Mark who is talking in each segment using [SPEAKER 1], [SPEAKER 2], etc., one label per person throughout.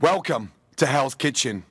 [SPEAKER 1] Welcome to Hell's Kitchen.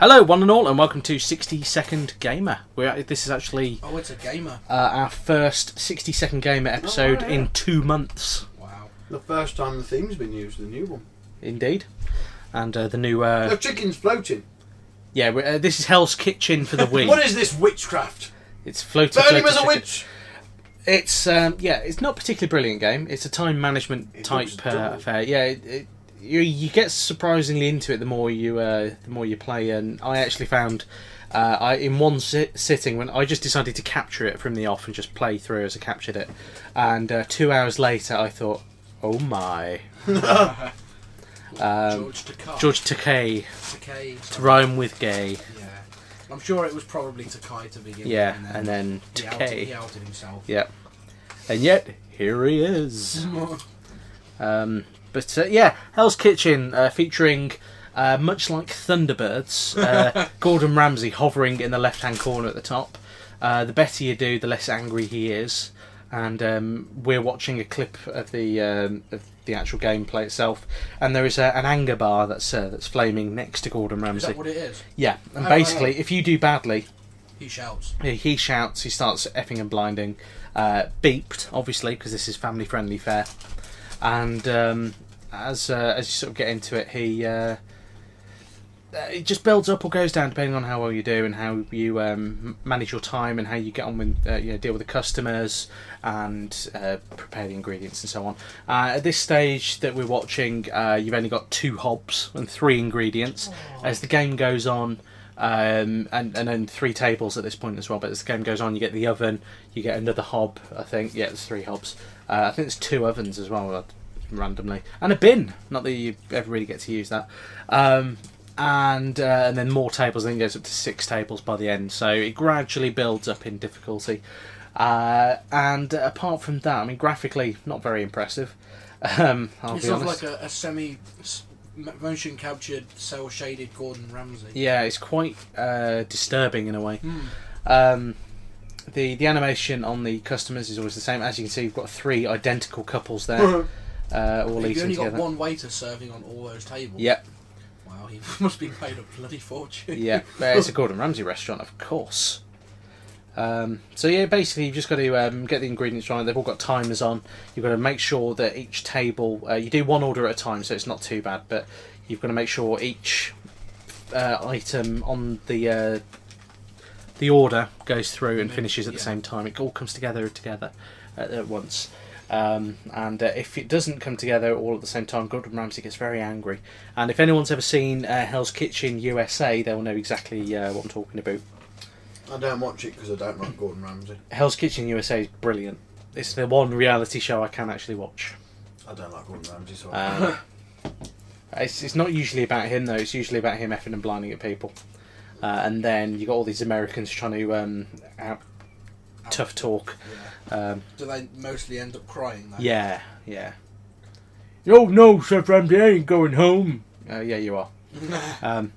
[SPEAKER 2] Hello, one and all, and welcome to 60 Second Gamer. We're at, this is actually
[SPEAKER 3] Oh, it's a gamer.
[SPEAKER 2] uh, our first 60 Second Gamer
[SPEAKER 4] Oh,
[SPEAKER 2] episode in two months,
[SPEAKER 3] Wow.
[SPEAKER 4] The first time the theme's been used, the new one.
[SPEAKER 2] indeed. And uh, the new, uh,
[SPEAKER 4] The chicken's floating.
[SPEAKER 2] yeah, we're- uh, this is Hell's Kitchen for the
[SPEAKER 4] What
[SPEAKER 2] Wii.
[SPEAKER 4] is this witchcraft?
[SPEAKER 2] It's floating.
[SPEAKER 4] Burn him as a
[SPEAKER 2] floating
[SPEAKER 4] witch.
[SPEAKER 2] It's um, yeah, it's not a particularly brilliant game. It's a time management
[SPEAKER 4] It
[SPEAKER 2] type
[SPEAKER 4] looks
[SPEAKER 2] uh,
[SPEAKER 4] dull.
[SPEAKER 2] affair. Yeah, it, it, you you get surprisingly into it the more you uh, the more you play. And I actually found uh, I in one sit- sitting when I just decided to capture it from the off and just play through as I captured it, and uh, two hours later I thought, oh my,
[SPEAKER 3] George Takei.
[SPEAKER 2] George Takei
[SPEAKER 3] Takei.
[SPEAKER 2] to rhyme with gay.
[SPEAKER 3] Yeah. I'm sure it was probably Takai to begin
[SPEAKER 2] Yeah,
[SPEAKER 3] with.
[SPEAKER 2] and then
[SPEAKER 3] he outed, he
[SPEAKER 2] Takei.
[SPEAKER 3] outed himself.
[SPEAKER 2] Yeah, and yet here he is. Um, but uh, yeah, Hell's Kitchen uh, featuring, uh, much like Thunderbirds, uh, Gordon Ramsay hovering in the left hand corner at the top. Uh, the better you do, the less angry he is. And um, we're watching a clip of the um, of the actual gameplay itself, and there is a, an anger bar that's uh, that's flaming next to Gordon
[SPEAKER 3] Is
[SPEAKER 2] Ramsay.
[SPEAKER 3] that what it is?
[SPEAKER 2] Yeah, and
[SPEAKER 3] Oh, right.
[SPEAKER 2] basically, if you do badly,
[SPEAKER 3] He shouts.
[SPEAKER 2] he- he shouts, he starts effing and blinding, uh, beeped, obviously, because this is family friendly fare. And um, as uh, as you sort of get into it, he uh, uh, it just builds up or goes down depending on how well you do and how you um, m- manage your time and how you get on with uh, you know deal with the customers and uh, prepare the ingredients and so on. Uh, at this stage that we're watching, uh, you've only got two hobs and three ingredients. As the game goes on, um, and and then three tables at this point as well. But as the game goes on, you get the oven, you get another hob. I think yeah, there's three hobs. Uh, I think there's two ovens as well, uh, randomly, and a bin. Not that you ever really get to use that. Um, and uh, and then more tables. I think it goes up to six tables by the end. So it gradually builds up in difficulty. Uh, and apart from that, I mean, graphically, not very impressive. Um, I'll
[SPEAKER 3] it's
[SPEAKER 2] be
[SPEAKER 3] sort of
[SPEAKER 2] honest.
[SPEAKER 3] like a, a semi s- m- motion captured, cell shaded Gordon Ramsay.
[SPEAKER 2] Yeah, it's quite uh, disturbing in a way.
[SPEAKER 3] Hmm.
[SPEAKER 2] Um, the the animation on the customers is always the same. As you can see, we've got three identical couples there, uh, all
[SPEAKER 3] You've
[SPEAKER 2] eating
[SPEAKER 3] only got
[SPEAKER 2] together.
[SPEAKER 3] one waiter serving on all those tables.
[SPEAKER 2] Yep,
[SPEAKER 3] Wow, he must be paid a bloody fortune.
[SPEAKER 2] yeah, Uh, it's a Gordon Ramsay restaurant, of course. Um, so yeah, basically you've just got to um, get the ingredients right. They've all got timers on. You've got to make sure that each table uh, you do one order at a time, so it's not too bad. But you've got to make sure each uh, item on the uh, the order goes through and finishes at the
[SPEAKER 3] yeah.
[SPEAKER 2] same time. It all comes together together at, at once. Um, and uh, if it doesn't come together all at the same time, Gordon Ramsay gets very angry. And if anyone's ever seen uh, Hell's Kitchen USA, they'll know exactly uh, what I'm talking about.
[SPEAKER 4] I don't watch it because I don't like Gordon Ramsay.
[SPEAKER 2] Hell's Kitchen USA is brilliant. It's the one reality show I can actually watch.
[SPEAKER 4] I don't like Gordon Ramsay, so I
[SPEAKER 2] Um, it's, it's not usually about him though. It's usually about him effing and blinding at people, uh, and then you got all these Americans trying to um, out, tough talk. Um,
[SPEAKER 3] Do they mostly end up crying? Though?
[SPEAKER 2] yeah, yeah. Oh no, Chef Ramsay, I ain't going home. Uh, yeah, you are. Um,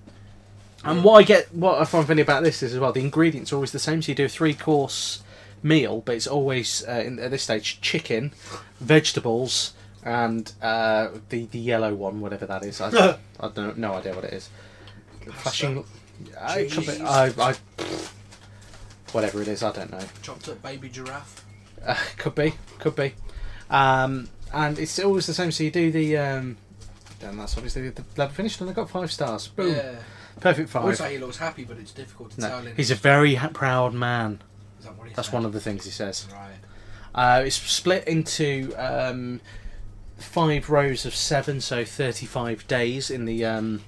[SPEAKER 2] and what I get, what I find funny about this is as well, the ingredients are always the same. So you do a three course meal, but it's always uh, in, at this stage chicken, vegetables, and uh, the the yellow one, whatever that is. I, I don't no idea what it is. Flashing. I, it could be-
[SPEAKER 3] Cheese.
[SPEAKER 2] I, I, whatever it is, I don't know.
[SPEAKER 3] Chopped up baby giraffe.
[SPEAKER 2] Uh, could be, could be. Um, and it's always the same. So you do the. Um, then that's obviously the level finished, and I got five stars. Boom,
[SPEAKER 3] Yeah.
[SPEAKER 2] perfect
[SPEAKER 3] I
[SPEAKER 2] five.
[SPEAKER 3] would say he looks happy, but it's difficult to
[SPEAKER 2] No,
[SPEAKER 3] tell. In.
[SPEAKER 2] he's a very ha- proud man.
[SPEAKER 3] Is that what he
[SPEAKER 2] That's
[SPEAKER 3] said?
[SPEAKER 2] one of the things he says.
[SPEAKER 3] Right.
[SPEAKER 2] Uh, it's split into um, five rows of seven, so thirty-five days in the um,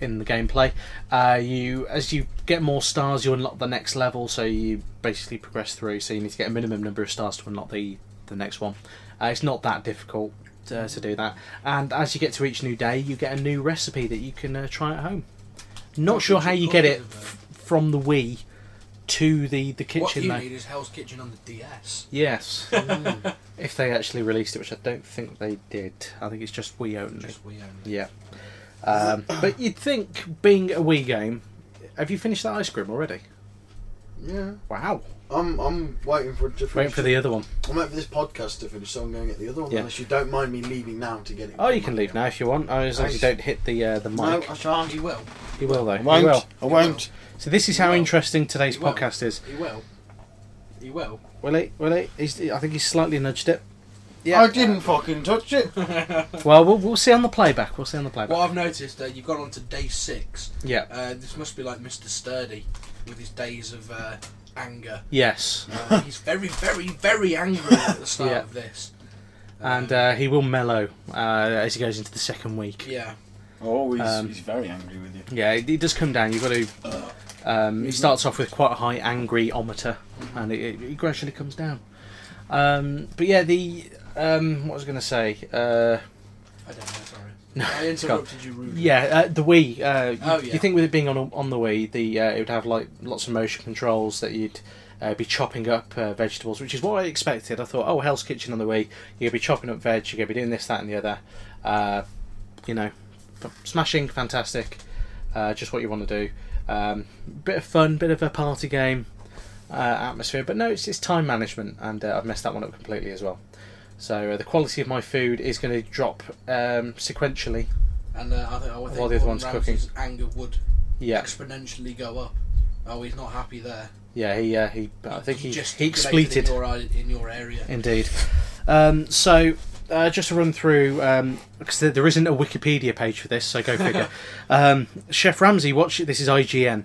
[SPEAKER 2] in the gameplay. Uh, you as you get more stars, you unlock the next level, so you basically progress through. So you need to get a minimum number of stars to unlock the the next one. Uh, it's not that difficult uh, to do that. And as you get to each new day, you get a new recipe that you can uh, try at home. Not sure how you get it f- from the Wii to the the
[SPEAKER 3] what
[SPEAKER 2] kitchen
[SPEAKER 3] you
[SPEAKER 2] though.
[SPEAKER 3] need is Hell's Kitchen on the DS.
[SPEAKER 2] Yes. if they actually released it, which I don't think they did. I think it's just Wii only.
[SPEAKER 3] Just we own it.
[SPEAKER 2] Yeah. Um, but you'd think, being a Wii game, have you finished that ice cream already?
[SPEAKER 4] Yeah.
[SPEAKER 2] Wow.
[SPEAKER 4] I'm I'm waiting for it to finish.
[SPEAKER 2] Waiting for the other one.
[SPEAKER 4] I'm waiting for this podcast to finish, so I'm going to get the other one.
[SPEAKER 2] Yeah.
[SPEAKER 4] Unless you don't mind me leaving now to get it.
[SPEAKER 2] Oh, you can leave now if you want, oh, as long as you don't hit the uh, the
[SPEAKER 4] No,
[SPEAKER 2] mic.
[SPEAKER 4] I shan't.
[SPEAKER 3] He will.
[SPEAKER 2] You will though.
[SPEAKER 1] I won't.
[SPEAKER 2] You will.
[SPEAKER 1] I won't.
[SPEAKER 2] So this is how
[SPEAKER 3] You will.
[SPEAKER 2] interesting today's
[SPEAKER 3] You will.
[SPEAKER 2] podcast is.
[SPEAKER 3] He will. He will.
[SPEAKER 2] Will it? Will it? He's, I think he's slightly nudged it.
[SPEAKER 4] I didn't fucking touch it.
[SPEAKER 2] Well, we'll we'll see on the playback. We'll see on the playback.
[SPEAKER 3] What I've noticed, uh, you've gone on to day six.
[SPEAKER 2] Yeah.
[SPEAKER 3] Uh, this must be like Mr. Sturdy with his days of uh, anger.
[SPEAKER 2] Yes.
[SPEAKER 3] Uh, he's very, very, very angry at the start
[SPEAKER 2] Yeah.
[SPEAKER 3] of this.
[SPEAKER 2] And uh, he will mellow uh, as he goes into the second week.
[SPEAKER 3] Yeah.
[SPEAKER 5] Oh, he's,
[SPEAKER 2] Um,
[SPEAKER 5] he's very angry with you.
[SPEAKER 2] Yeah, it, it does come down. You've got to. Um, it starts off with quite a high angry ometer, and it, it, it gradually comes down. Um, but yeah, the um, what was I going to say? Uh,
[SPEAKER 3] I don't know. Sorry.
[SPEAKER 2] No,
[SPEAKER 3] I
[SPEAKER 2] it's gone.
[SPEAKER 3] interrupted you rudely.
[SPEAKER 2] yeah, uh, the Wii. Uh, you,
[SPEAKER 3] Oh, yeah.
[SPEAKER 2] you think with it being on on the Wii, the uh, it would have like lots of motion controls that you'd. Uh, be chopping up uh, vegetables, which is what I expected. I thought, oh, Hell's Kitchen on the Wii, you're gonna be chopping up veg, you're gonna be doing this, that, and the other. Uh, you know, f- smashing, fantastic. Uh, just what you want to do. Um, bit of fun, bit of a party game uh, atmosphere, but no, it's, it's time management, and uh, I've messed that one up completely as well. So uh, the quality of my food is going to drop um, sequentially.
[SPEAKER 3] And uh, I think, I think
[SPEAKER 2] While the other
[SPEAKER 3] Gordon
[SPEAKER 2] one's
[SPEAKER 3] Ramsay's anger would
[SPEAKER 2] Yeah,
[SPEAKER 3] exponentially go up. Oh, he's not happy there.
[SPEAKER 2] yeah. He, uh, he. I think he,
[SPEAKER 3] just
[SPEAKER 2] he expleted.
[SPEAKER 3] ejaculated in your, eye- in your area. Oh,
[SPEAKER 2] Indeed. Um, so, uh, just to run through, because there, there isn't a Wikipedia page for this, so go figure. um, Chef Ramsay watches. This is IGN.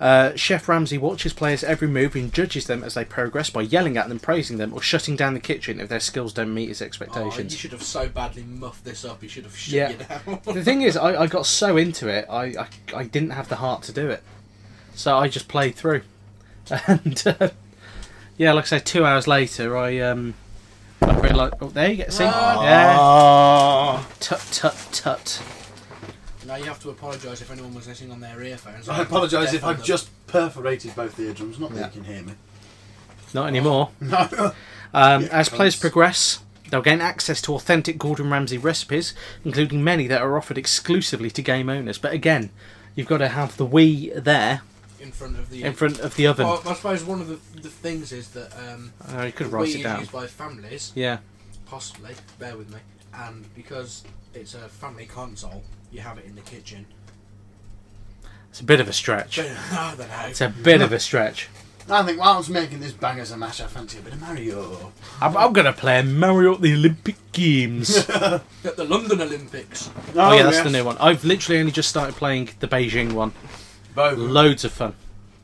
[SPEAKER 2] Uh, Chef Ramsay watches players every move and judges them as they progress by yelling at them, praising them, or shutting down the kitchen if their skills don't meet his
[SPEAKER 3] Oh, you
[SPEAKER 2] expectations.
[SPEAKER 3] should have so badly muffed this up. You should have shut
[SPEAKER 2] Yeah.
[SPEAKER 3] you down.
[SPEAKER 2] the thing is, I, I got so into it, I, I I didn't have the heart to do it, so I just played through, and uh, yeah, like I say, two hours later, I um, I realised. Oh, there you go. See,
[SPEAKER 3] Ah.
[SPEAKER 2] yeah, tut tut tut.
[SPEAKER 3] now you have to apologise if anyone was listening on their earphones.
[SPEAKER 4] I apologise if
[SPEAKER 3] Deafen
[SPEAKER 4] I've
[SPEAKER 3] them.
[SPEAKER 4] just perforated both eardrums. Not that
[SPEAKER 2] Yeah.
[SPEAKER 4] you can hear me.
[SPEAKER 2] Not anymore.
[SPEAKER 4] No.
[SPEAKER 2] Um,
[SPEAKER 4] Yeah,
[SPEAKER 2] as players
[SPEAKER 4] cunts.
[SPEAKER 2] progress, they'll gain access to authentic Gordon Ramsay recipes, including many that are offered exclusively to game owners. But again, you've got to have the Wii there
[SPEAKER 3] in front of the.
[SPEAKER 2] in front of the oven.
[SPEAKER 3] Well, I suppose one of the, the things is that um,
[SPEAKER 2] Uh, you could
[SPEAKER 3] the
[SPEAKER 2] write
[SPEAKER 3] Wii
[SPEAKER 2] it
[SPEAKER 3] is
[SPEAKER 2] down.
[SPEAKER 3] used by families,
[SPEAKER 2] Yeah,
[SPEAKER 3] possibly. Bear with me. And because it's a family console, you have it in the kitchen.
[SPEAKER 2] it's a bit of a stretch.
[SPEAKER 3] I don't know.
[SPEAKER 2] It's a bit of a stretch.
[SPEAKER 4] I think while I was making this bang as a mash, I fancy a bit of
[SPEAKER 2] Oh,
[SPEAKER 4] Mario.
[SPEAKER 2] I'm, I'm gonna play Mario at the Olympic Games.
[SPEAKER 3] At the London Olympics.
[SPEAKER 2] oh, yeah, that's the new one. I've literally only just started playing the Beijing one.
[SPEAKER 4] Both.
[SPEAKER 2] Loads of fun,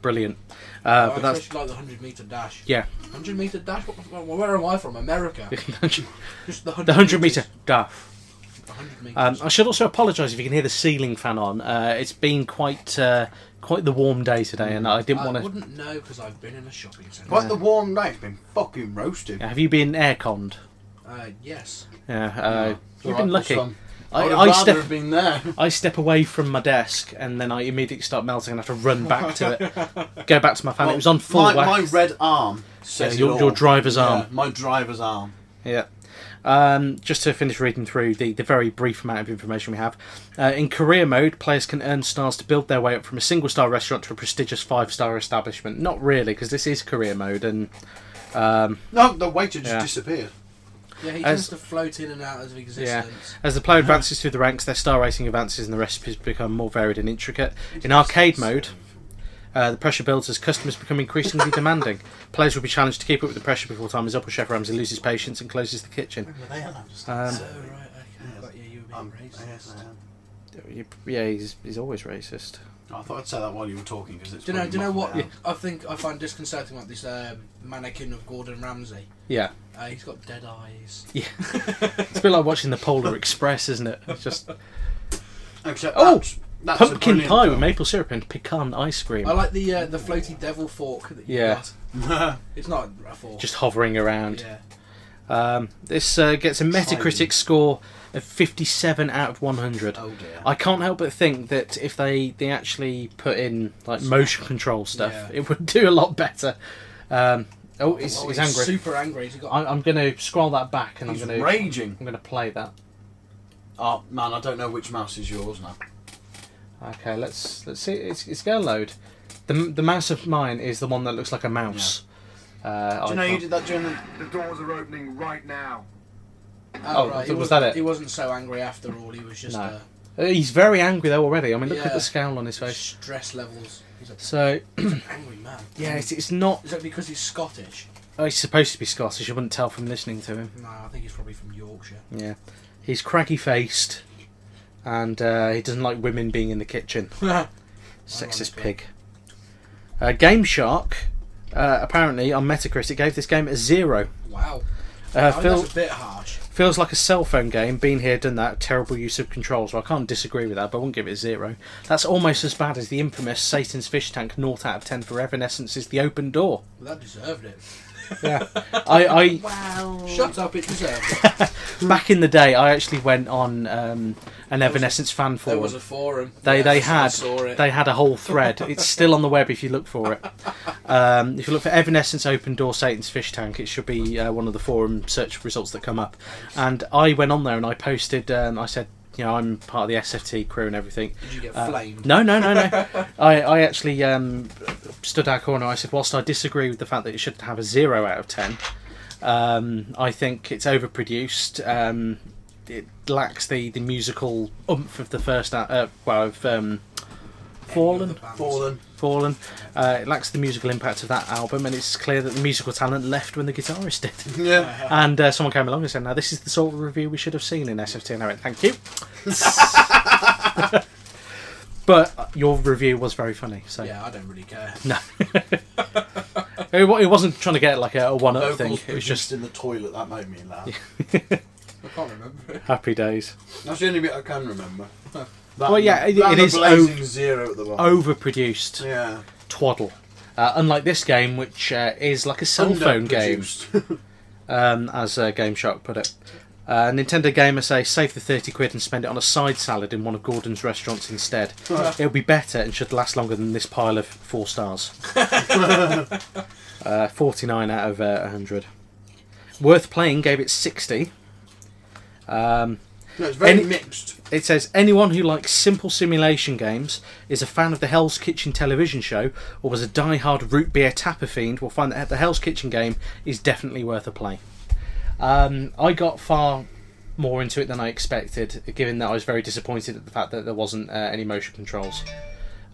[SPEAKER 2] brilliant. Uh,
[SPEAKER 3] I
[SPEAKER 2] but that's
[SPEAKER 3] especially like the 100 metre dash.
[SPEAKER 2] yeah.
[SPEAKER 3] 100 metre dash? What, what- where am I from? America. Just the 100,
[SPEAKER 2] the hundred meter dash.
[SPEAKER 3] The 100 metres.
[SPEAKER 2] Um, I should also apologise if you can hear the ceiling fan on. Uh, it's been quite uh, quite the warm day today, and I didn't
[SPEAKER 3] I
[SPEAKER 2] want to.
[SPEAKER 3] Uh, wouldn't know because I've been in a shopping centre.
[SPEAKER 4] Quite the warm night. It's been fucking roasting.
[SPEAKER 2] Have you been airconned?
[SPEAKER 3] Uh, yes.
[SPEAKER 2] Yeah, uh,
[SPEAKER 4] It's
[SPEAKER 2] you've
[SPEAKER 4] alright,
[SPEAKER 2] been lucky.
[SPEAKER 4] it's fun.
[SPEAKER 2] I,
[SPEAKER 4] I, would have
[SPEAKER 2] I
[SPEAKER 4] rather
[SPEAKER 2] step
[SPEAKER 4] have been there.
[SPEAKER 2] I step away from my desk, and then I immediately start melting, and I have to run back to it, go back to my fan. it was on full
[SPEAKER 4] my, my
[SPEAKER 2] wax.
[SPEAKER 4] red arm
[SPEAKER 2] Yeah,
[SPEAKER 4] says
[SPEAKER 2] your-
[SPEAKER 4] it all.
[SPEAKER 2] your driver's arm.
[SPEAKER 4] Yeah, my driver's arm.
[SPEAKER 2] Yeah. Um, just to finish reading through the, the very brief amount of information we have. Uh, in career mode, players can earn stars to build their way up from a single star restaurant to a prestigious five star establishment. Not really, because this is career mode, and
[SPEAKER 4] No, the waiter just
[SPEAKER 2] Yeah.
[SPEAKER 4] disappeared.
[SPEAKER 3] Yeah, he
[SPEAKER 2] As-
[SPEAKER 3] tends to float in and out of existence.
[SPEAKER 2] As the player advances through the ranks, their star rating advances and the recipes become more varied and intricate. In arcade mode, uh, the pressure builds as customers become increasingly demanding. Players will be challenged to keep up with the pressure before time is up, or Chef Ramsay loses patience and closes the kitchen.
[SPEAKER 4] Were they allowed to stay?
[SPEAKER 2] Um,
[SPEAKER 3] Oh, right, okay. I got you, you were being
[SPEAKER 4] Um, yes,
[SPEAKER 3] racist.
[SPEAKER 4] I am.
[SPEAKER 2] Yeah, he's, he's always racist.
[SPEAKER 4] I thought I'd say that while you were talking because it's.
[SPEAKER 3] Do you know, do
[SPEAKER 4] probably
[SPEAKER 3] you know what
[SPEAKER 4] muffled
[SPEAKER 3] I think I find disconcerting about this uh, mannequin of Gordon Ramsay?
[SPEAKER 2] Yeah.
[SPEAKER 3] Uh, he's got dead eyes.
[SPEAKER 2] It's a bit like watching the Polar Express, isn't it? It's just
[SPEAKER 4] down. Except
[SPEAKER 2] Oh!
[SPEAKER 4] that's That's a
[SPEAKER 2] Pumpkin
[SPEAKER 4] brilliant
[SPEAKER 2] pie with
[SPEAKER 4] film.
[SPEAKER 2] maple syrup and pecan ice cream.
[SPEAKER 3] I like the uh, the floaty devil fork that you
[SPEAKER 2] Yeah.
[SPEAKER 3] got. It's not a fork.
[SPEAKER 2] Just hovering around.
[SPEAKER 3] yeah.
[SPEAKER 2] Um, this uh, gets a Metacritic
[SPEAKER 4] Silent.
[SPEAKER 2] score of 57 out of 100.
[SPEAKER 3] Oh dear.
[SPEAKER 2] I can't help but think that if they, they actually put in like motion control stuff,
[SPEAKER 3] Yeah.
[SPEAKER 2] it would do a lot better. Um, oh, he's,
[SPEAKER 3] Oh,
[SPEAKER 2] he's angry.
[SPEAKER 3] Super angry. He's got
[SPEAKER 2] I, oh, I'm going to scroll that back and
[SPEAKER 4] He's
[SPEAKER 2] I'm going to
[SPEAKER 4] raging.
[SPEAKER 2] I'm going to play that.
[SPEAKER 4] Oh man, I don't know which mouse is yours now.
[SPEAKER 2] Okay, let's let's see. It's, it's going to load. The the mouse of mine is the one that looks like a mouse. Uh,
[SPEAKER 4] Do you know you
[SPEAKER 2] icon.
[SPEAKER 4] did that during the?
[SPEAKER 1] The doors are opening right now.
[SPEAKER 2] Oh,
[SPEAKER 3] right, he
[SPEAKER 2] was
[SPEAKER 3] wasn't-
[SPEAKER 2] that it?
[SPEAKER 3] He wasn't so angry after all. He was just
[SPEAKER 2] No.
[SPEAKER 3] uh,
[SPEAKER 2] Uh, He's very angry though already. I mean, look at
[SPEAKER 3] Yeah.
[SPEAKER 2] the scowl on his face.
[SPEAKER 3] stress levels. He's a
[SPEAKER 2] So
[SPEAKER 3] angry man.
[SPEAKER 2] yeah, it's, it's not.
[SPEAKER 3] Is that because he's Scottish?
[SPEAKER 2] Oh, he's supposed to be Scottish. You wouldn't tell from listening to him.
[SPEAKER 3] No, I think he's probably from Yorkshire.
[SPEAKER 2] Yeah, he's craggy faced, and uh, he doesn't like women being in the kitchen. Sexist
[SPEAKER 3] Ironically.
[SPEAKER 2] pig. Uh, Game Shark uh, apparently on Metacritic gave this game a zero.
[SPEAKER 3] Wow.
[SPEAKER 2] Uh,
[SPEAKER 3] I mean,
[SPEAKER 2] Phil
[SPEAKER 3] Oh, that's a bit harsh.
[SPEAKER 2] feels like a cell phone game. Been here, done that. Terrible use of controls. Well, I can't disagree with that, but I wouldn't give it a zero. That's almost as bad as the infamous Satan's Fish Tank. Naught out of ten for Evanescence's The Open Door.
[SPEAKER 3] Well, that deserved it.
[SPEAKER 2] Yeah, I, Oh.
[SPEAKER 3] Shut up, it deserved it.
[SPEAKER 2] I back in the day, I actually went on um, an Evanescence fan
[SPEAKER 3] there
[SPEAKER 2] forum.
[SPEAKER 3] was a forum.
[SPEAKER 2] They
[SPEAKER 3] Yeah,
[SPEAKER 2] they
[SPEAKER 3] I
[SPEAKER 2] had
[SPEAKER 3] saw it.
[SPEAKER 2] they had a whole thread. It's still on the web if you look for it. Um, if you look for Evanescence Open Door Satan's Fish Tank, it should be uh, one of the forum search results that come up. And I went on there and I posted. Um, I said, you know, I'm part of the SFT crew and everything.
[SPEAKER 3] Did you get
[SPEAKER 2] Uh,
[SPEAKER 3] flamed?
[SPEAKER 2] No, no, no, no. I, I actually um, stood our corner. I said, whilst I disagree with the fact that it should have a zero out of ten, um, I think it's overproduced. Um, it lacks the, the musical oomph of the first, a- uh, well, of um, Fallen.
[SPEAKER 4] Fallen.
[SPEAKER 2] Fallen. Uh, it lacks the musical impact of that album, and it's clear that the musical talent left when the guitarist did.
[SPEAKER 4] Yeah.
[SPEAKER 2] And uh, someone came along and said, "Now this is the sort of review we should have seen in SFT." And I went, "Thank you." but uh, your review was very funny, so
[SPEAKER 3] Yeah, I don't really care.
[SPEAKER 2] no, it, wa- it wasn't trying to get like a, a one-up
[SPEAKER 4] Vocals
[SPEAKER 2] thing. It was
[SPEAKER 4] produced
[SPEAKER 2] just
[SPEAKER 4] in the toilet. That made me laugh.
[SPEAKER 3] I can't remember it.
[SPEAKER 2] happy days.
[SPEAKER 4] That's the only bit I can remember. That
[SPEAKER 2] Well, yeah, it- it
[SPEAKER 4] that and
[SPEAKER 2] is
[SPEAKER 4] a blazing zero at the bottom.
[SPEAKER 2] Overproduced
[SPEAKER 4] Yeah.
[SPEAKER 2] twaddle. Uh, unlike this game, which uh, is like a cell phone game,
[SPEAKER 4] Underproduced.
[SPEAKER 2] um, as uh, Game Shark put it. Uh, Nintendo gamer say save the 30 quid and spend it on a side salad in one of Gordon's restaurants instead. It'll be better and should last longer than this pile of four stars. uh, 49 out of uh, 100. Worth Playing gave it 60. Um,
[SPEAKER 4] No, it's very
[SPEAKER 2] Any-
[SPEAKER 4] mixed.
[SPEAKER 2] it says anyone who likes simple simulation games, is a fan of the Hell's Kitchen television show, or was a die-hard root beer tapper fiend will find that the Hell's Kitchen game is definitely worth a play. Um, I got far more into it than I expected, given that I was very disappointed at the fact that there wasn't uh, any motion controls.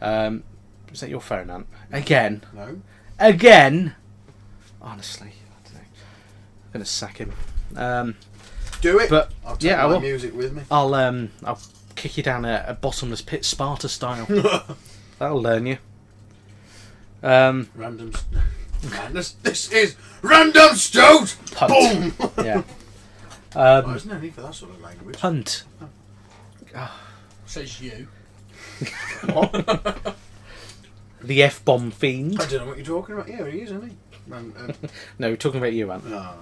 [SPEAKER 2] Um, is that your phone, Ant? Again,
[SPEAKER 4] No.
[SPEAKER 2] again. Honestly, I don't know. I'm gonna sack him. Um,
[SPEAKER 4] Do it.
[SPEAKER 2] But-
[SPEAKER 4] I'll take
[SPEAKER 2] yeah, I
[SPEAKER 4] my
[SPEAKER 2] will.
[SPEAKER 4] music with me.
[SPEAKER 2] I'll um I'll kick you down a, a bottomless pit Sparta style. That'll learn you. Um,
[SPEAKER 4] Random. St- Madness. This is random stoat.
[SPEAKER 2] Punt.
[SPEAKER 4] Boom.
[SPEAKER 2] yeah.
[SPEAKER 4] Oh,
[SPEAKER 2] Um,
[SPEAKER 4] there's no need for that sort of language.
[SPEAKER 2] punt.
[SPEAKER 3] Says you.
[SPEAKER 2] The F bomb
[SPEAKER 4] I
[SPEAKER 2] fiend.
[SPEAKER 4] don't know what you're talking about. Yeah, he is, isn't he? Man, um,
[SPEAKER 2] No, we're talking about you, Ant.
[SPEAKER 4] ah.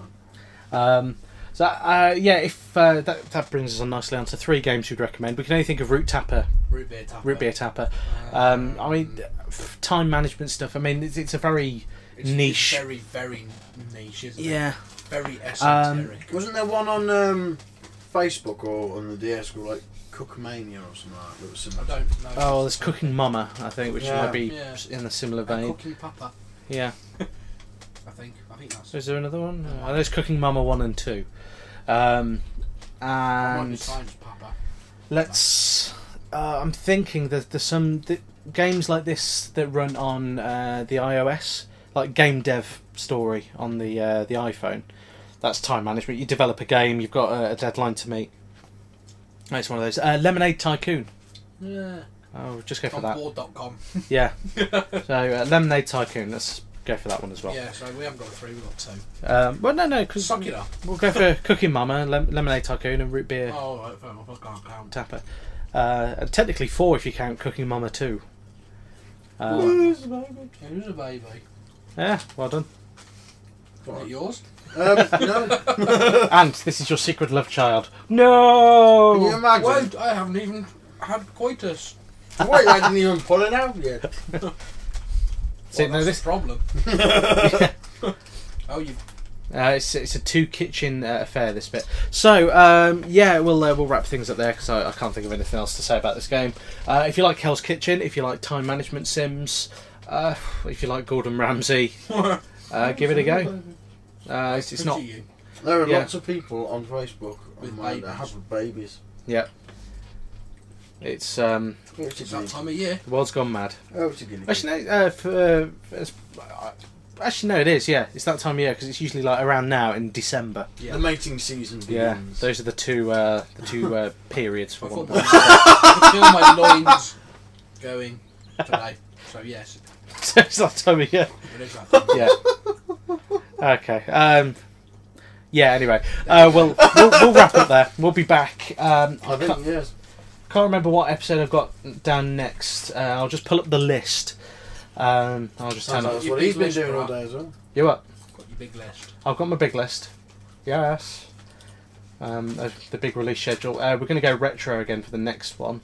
[SPEAKER 2] Um, so uh, yeah, if uh, that that brings us on nicely onto three games we'd recommend. We can only think of Root Tapper,
[SPEAKER 3] Root beer tapper.
[SPEAKER 2] Root Beer Tapper. Um, I mean, f- time management stuff. I mean, it's, it's a very
[SPEAKER 3] It's-
[SPEAKER 2] niche.
[SPEAKER 3] It's very, very niche, isn't it?
[SPEAKER 2] yeah. Um,
[SPEAKER 3] Very esoteric.
[SPEAKER 4] Wasn't there one on um, Facebook or on the DS called like Cookmania or something like that? that was
[SPEAKER 3] I
[SPEAKER 4] similar? to-
[SPEAKER 3] don't know.
[SPEAKER 2] Oh, there's Cooking Mama, I think, which
[SPEAKER 4] Yeah.
[SPEAKER 2] might be
[SPEAKER 3] Yeah.
[SPEAKER 2] in a similar
[SPEAKER 3] And
[SPEAKER 2] vein.
[SPEAKER 3] Cooking Papa,
[SPEAKER 2] Yeah.
[SPEAKER 3] I think. I think that's.
[SPEAKER 2] So is there another one? Uh, there's Cooking Mama one and two. Um,
[SPEAKER 3] I might be
[SPEAKER 2] and
[SPEAKER 3] science Papa.
[SPEAKER 2] let's. Uh, I'm thinking that there's some th- games like this that run on uh, the iOS, like Game Dev Story on the uh, the iPhone. That's time management. You develop a game, you've got a, a deadline to meet. It's one of those. Uh, Lemonade Tycoon.
[SPEAKER 3] Yeah.
[SPEAKER 2] Oh, just go for
[SPEAKER 3] On
[SPEAKER 2] that.
[SPEAKER 3] board.com.
[SPEAKER 2] Yeah. so uh, Lemonade Tycoon. Let's go for that one as well.
[SPEAKER 3] Yeah, so we haven't got three, we've got two.
[SPEAKER 2] Um, well, no, no, because
[SPEAKER 3] Suck it up.
[SPEAKER 2] We'll go for Cooking Mama, lem- Lemonade Tycoon, and Root Beer
[SPEAKER 3] Oh, all right, fair enough. I can't count.
[SPEAKER 2] Tapper. Uh, and technically four if you count Cooking Mama too. Uh,
[SPEAKER 4] Where's the baby?
[SPEAKER 3] Who's a baby?
[SPEAKER 2] yeah, well done.
[SPEAKER 3] Is it yours?
[SPEAKER 4] Um, no.
[SPEAKER 2] And this is your secret love child.
[SPEAKER 4] Can you
[SPEAKER 2] No.
[SPEAKER 4] imagine?
[SPEAKER 3] Wait, I haven't even had coitus.
[SPEAKER 4] Wait, I didn't even pull it out yet.
[SPEAKER 2] See,
[SPEAKER 3] Well,
[SPEAKER 2] no,
[SPEAKER 3] that's
[SPEAKER 2] this
[SPEAKER 3] the problem. oh, you.
[SPEAKER 2] Uh, it's, it's a two kitchen uh, affair. This bit. So um, yeah, we'll uh, we'll wrap things up there because I, I can't think of anything else to say about this game. Uh, if you like Hell's Kitchen, if you like time management sims, uh, if you like Gordon Ramsay, uh, give it a go. Uh, it's, it's not.
[SPEAKER 3] Pity you.
[SPEAKER 4] There are
[SPEAKER 2] Yeah.
[SPEAKER 4] lots of people on Facebook
[SPEAKER 3] With
[SPEAKER 4] on mine that
[SPEAKER 3] babies.
[SPEAKER 4] have babies.
[SPEAKER 2] It's um,
[SPEAKER 4] What's
[SPEAKER 3] It's
[SPEAKER 4] it
[SPEAKER 3] that
[SPEAKER 4] mean?
[SPEAKER 3] time of year.
[SPEAKER 2] the world's gone mad.
[SPEAKER 4] Oh, it's a guinea pig.
[SPEAKER 2] Actually, no. Uh, for, uh, it's- uh, actually, no. It is. Yeah, it's that time of year because it's usually like around now in December.
[SPEAKER 4] The mating season
[SPEAKER 2] Yeah,
[SPEAKER 4] begins.
[SPEAKER 2] those are the two uh, the two uh, periods for
[SPEAKER 3] I
[SPEAKER 2] one.
[SPEAKER 3] feel my, I feel my loins going today. So yes,
[SPEAKER 2] so it's that time of year.
[SPEAKER 3] it is that time.
[SPEAKER 2] yeah. Okay. Um, yeah. Anyway, uh, we'll, we'll we'll wrap up there. We'll be back. Um, I
[SPEAKER 4] I
[SPEAKER 2] can't,
[SPEAKER 4] think, yes.
[SPEAKER 2] can't remember what episode I've got down next. Uh, I'll just pull up the list. Um, I'll just turn
[SPEAKER 4] Sounds like
[SPEAKER 2] up.
[SPEAKER 4] that's
[SPEAKER 3] you
[SPEAKER 4] what he's
[SPEAKER 3] please
[SPEAKER 4] been
[SPEAKER 3] list
[SPEAKER 4] doing
[SPEAKER 3] her
[SPEAKER 4] all
[SPEAKER 3] up.
[SPEAKER 4] day as well.
[SPEAKER 2] You what?
[SPEAKER 3] Got your big list.
[SPEAKER 2] I've got my big list. Yes. Um, uh, the big release schedule. Uh, we're going to go retro again for the next one,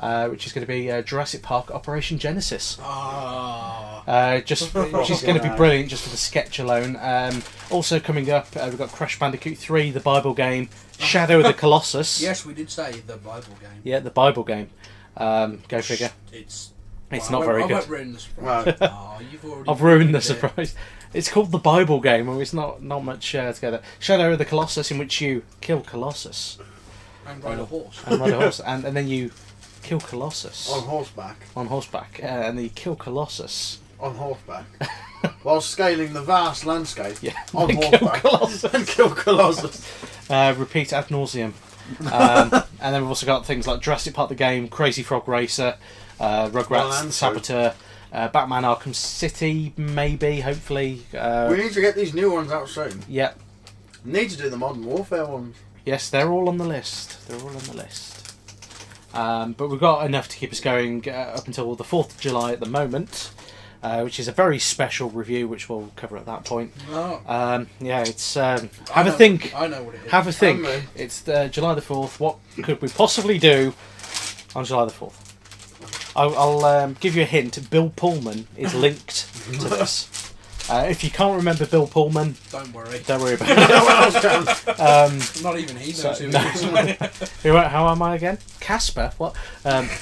[SPEAKER 2] uh, which is going to be uh, Jurassic Park Operation Genesis.
[SPEAKER 3] Ah.
[SPEAKER 2] Uh, just which is
[SPEAKER 4] Fucking
[SPEAKER 2] going to be
[SPEAKER 4] hell.
[SPEAKER 2] brilliant just for the sketch alone. Um, also coming up, uh, we've got Crash Bandicoot Three, the Bible game, Shadow of the Colossus.
[SPEAKER 3] Yes, we did say the Bible game.
[SPEAKER 2] Yeah, the Bible game. Um, go figure.
[SPEAKER 3] It's.
[SPEAKER 2] It's
[SPEAKER 3] Well,
[SPEAKER 2] not
[SPEAKER 3] I
[SPEAKER 2] very
[SPEAKER 3] won't- I won't
[SPEAKER 2] good.
[SPEAKER 3] ruin the surprise. oh, you've already.
[SPEAKER 2] I've ruined the
[SPEAKER 3] it.
[SPEAKER 2] surprise. It's called the Bible game, and it's not not much uh, together. Shadow of the Colossus, in which you kill Colossus
[SPEAKER 3] And ride a horse.
[SPEAKER 2] and ride a horse, and, and then you kill Colossus
[SPEAKER 4] On horseback.
[SPEAKER 2] on horseback, uh, and then you kill Colossus.
[SPEAKER 4] On horseback. While scaling the vast landscape.
[SPEAKER 2] Yeah,
[SPEAKER 4] On
[SPEAKER 2] kill
[SPEAKER 4] horseback.
[SPEAKER 2] Colossus.
[SPEAKER 4] and kill Colossus.
[SPEAKER 2] uh, repeat ad nauseum. Um, and then we've also got things like Jurassic Park the game, Crazy Frog Racer, uh, Rugrats,
[SPEAKER 4] Well,
[SPEAKER 2] the
[SPEAKER 4] and so-
[SPEAKER 2] Saboteur, uh, Batman Arkham City, maybe, hopefully. Uh,
[SPEAKER 4] we need to get these new ones out soon.
[SPEAKER 2] yeah,
[SPEAKER 4] Need to do the modern warfare ones.
[SPEAKER 2] yes, they're all on the list. They're all on the list. Um, but we've got enough to keep us going uh, up until the 4th of July at the moment, uh, which is a very special review, which we'll cover at that point.
[SPEAKER 3] No.
[SPEAKER 2] Um, yeah, it's. Um,
[SPEAKER 3] I
[SPEAKER 2] have a
[SPEAKER 4] Oh,
[SPEAKER 3] know-
[SPEAKER 2] think.
[SPEAKER 3] I know what it is.
[SPEAKER 2] Have a think.
[SPEAKER 4] Haven't
[SPEAKER 2] It's uh, July the 4th. What could we possibly do on July the 4th? I'll, I'll um, give you a hint. Bill Pullman is linked to this. Uh, if you can't remember Bill Pullman,
[SPEAKER 3] Don't worry.
[SPEAKER 2] don't worry about
[SPEAKER 4] Oh,
[SPEAKER 2] it. Um,
[SPEAKER 3] Not even he
[SPEAKER 2] so-
[SPEAKER 3] knows who
[SPEAKER 2] no.
[SPEAKER 3] it is.
[SPEAKER 2] who- how am I again? Casper? What? Um,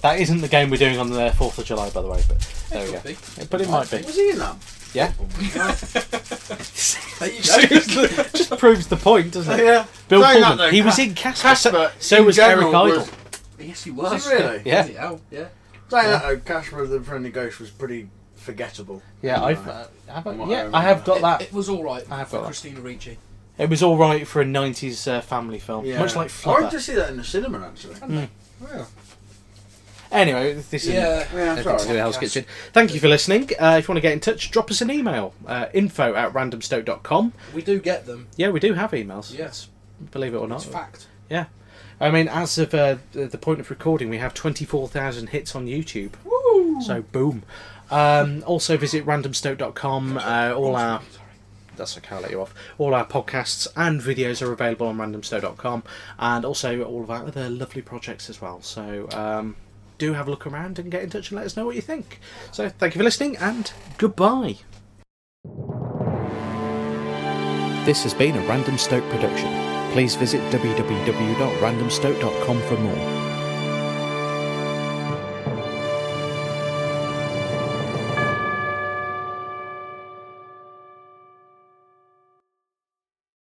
[SPEAKER 2] that isn't the game we're doing on the 4th of July, by the way, but there we
[SPEAKER 3] Could
[SPEAKER 2] go.
[SPEAKER 3] be.
[SPEAKER 2] But it might be.
[SPEAKER 4] Was he in that?
[SPEAKER 2] Yeah.
[SPEAKER 3] There you go.
[SPEAKER 2] Seriously, just proves the point, doesn't it?
[SPEAKER 4] yeah.
[SPEAKER 2] Bill
[SPEAKER 4] Saying that
[SPEAKER 2] Pullman.
[SPEAKER 4] though,
[SPEAKER 2] he was
[SPEAKER 4] Cas-
[SPEAKER 2] in Casper.
[SPEAKER 4] Casper.
[SPEAKER 2] so
[SPEAKER 4] in
[SPEAKER 2] was Eric
[SPEAKER 4] general
[SPEAKER 2] Idle.
[SPEAKER 4] was-
[SPEAKER 3] Yes, he was.
[SPEAKER 4] Was he really?
[SPEAKER 2] Yeah.
[SPEAKER 3] Bloody hell, Yeah.
[SPEAKER 4] Saying that though, Casper the Friendly Ghost was pretty forgettable.
[SPEAKER 2] Yeah, I've,
[SPEAKER 4] Right.
[SPEAKER 2] uh, have I,
[SPEAKER 4] Might
[SPEAKER 2] yeah,
[SPEAKER 4] have
[SPEAKER 2] I have got
[SPEAKER 3] It-
[SPEAKER 2] that.
[SPEAKER 3] It, was all right
[SPEAKER 2] I have
[SPEAKER 3] for
[SPEAKER 2] got that.
[SPEAKER 3] Christina Ricci.
[SPEAKER 2] It was all right for a '90s uh, family film, much like
[SPEAKER 4] I
[SPEAKER 2] Flubber. Mm.
[SPEAKER 4] wanted to see that in the cinema actually. Yeah.
[SPEAKER 2] Anyway, this is
[SPEAKER 3] Yeah.
[SPEAKER 4] Yeah,
[SPEAKER 2] Anything to do
[SPEAKER 4] sorry.
[SPEAKER 2] with Hell's Kitchen. Thank you for listening. Uh, if you want to get in touch, drop us an email. Uh, info at randomstoke.com.
[SPEAKER 3] We do get them.
[SPEAKER 2] Yeah, we do have emails.
[SPEAKER 3] Yes.
[SPEAKER 2] Believe it or
[SPEAKER 3] It's
[SPEAKER 2] not.
[SPEAKER 3] fact.
[SPEAKER 2] I mean, as of uh, the the point of recording, we have 24,000 hits on YouTube. Woo! So, boom. Um, also, visit randomstoke.com. Uh, all our. That's okay, I'll let you off. All our podcasts and videos are available on randomstow.com and also all of our other lovely projects as well. So, um, do have a look around and get in touch and let us know what you think. So, thank you for listening and goodbye. This has been a Random Stoke production. Please visit www.randomstoke.com for more.